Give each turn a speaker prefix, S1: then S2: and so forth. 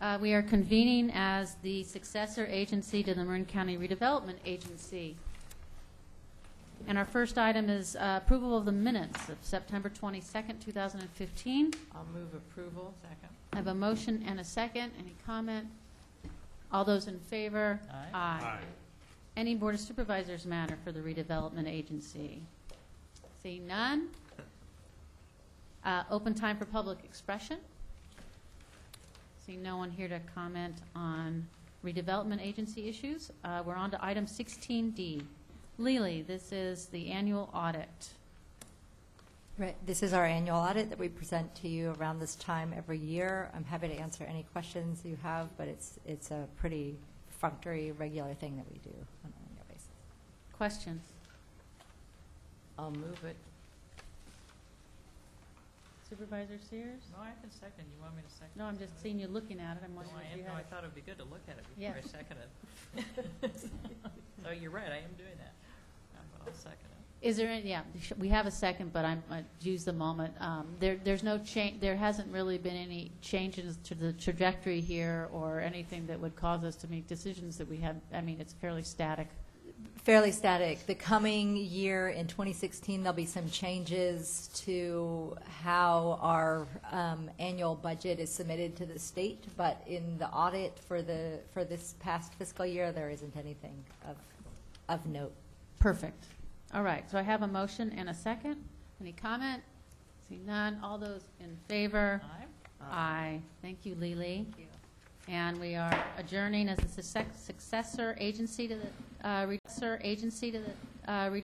S1: Uh, We are convening as the successor agency to the Marin County Redevelopment Agency. And our first item is uh, approval of the minutes of September 22nd, 2015.
S2: I'll move approval. Second.
S1: I have a motion and a second. Any comment? All those in favor?
S2: Aye.
S1: Aye. Any Board of Supervisors matter for the redevelopment agency? Seeing none? Uh, Open time for public expression? Seeing no one here to comment on redevelopment agency issues, uh, we're on to item 16D. Lily, this is the annual audit.
S3: Right, this is our annual audit that we present to you around this time every year. I'm happy to answer any questions you have, but it's, it's a pretty perfunctory, regular thing that we do on an annual basis.
S1: Questions?
S2: I'll move it.
S1: Supervisor Sears?
S2: No, I can second. You want me to second?
S1: No, I'm just seeing you looking at it, I'm
S2: No,
S1: wondering
S2: I
S1: if you
S2: am. No,
S1: had
S2: I
S1: it.
S2: thought it would be good to look at it
S1: Yeah.
S2: before I second it. So you're right, I am doing that. No, but I'll second it.
S1: Is there, any yeah, we have a second, but I'm, I use the moment. Um, There, there's no change, there hasn't really been any changes to the trajectory here or anything that would cause us to make decisions that we have, I mean, it's fairly static.
S3: Fairly static. The coming year in 2016, there'll be some changes to how our um, annual budget is submitted to the state, but in the audit for the, for this past fiscal year, there isn't anything of, of note.
S1: Perfect. All right, so I have a motion and a second. Any comment? Seeing none, all those in favor?
S2: Aye?
S1: Aye. Thank you, Lili. And we are adjourning as a success- successor agency to the, uh, successor agency to the uh,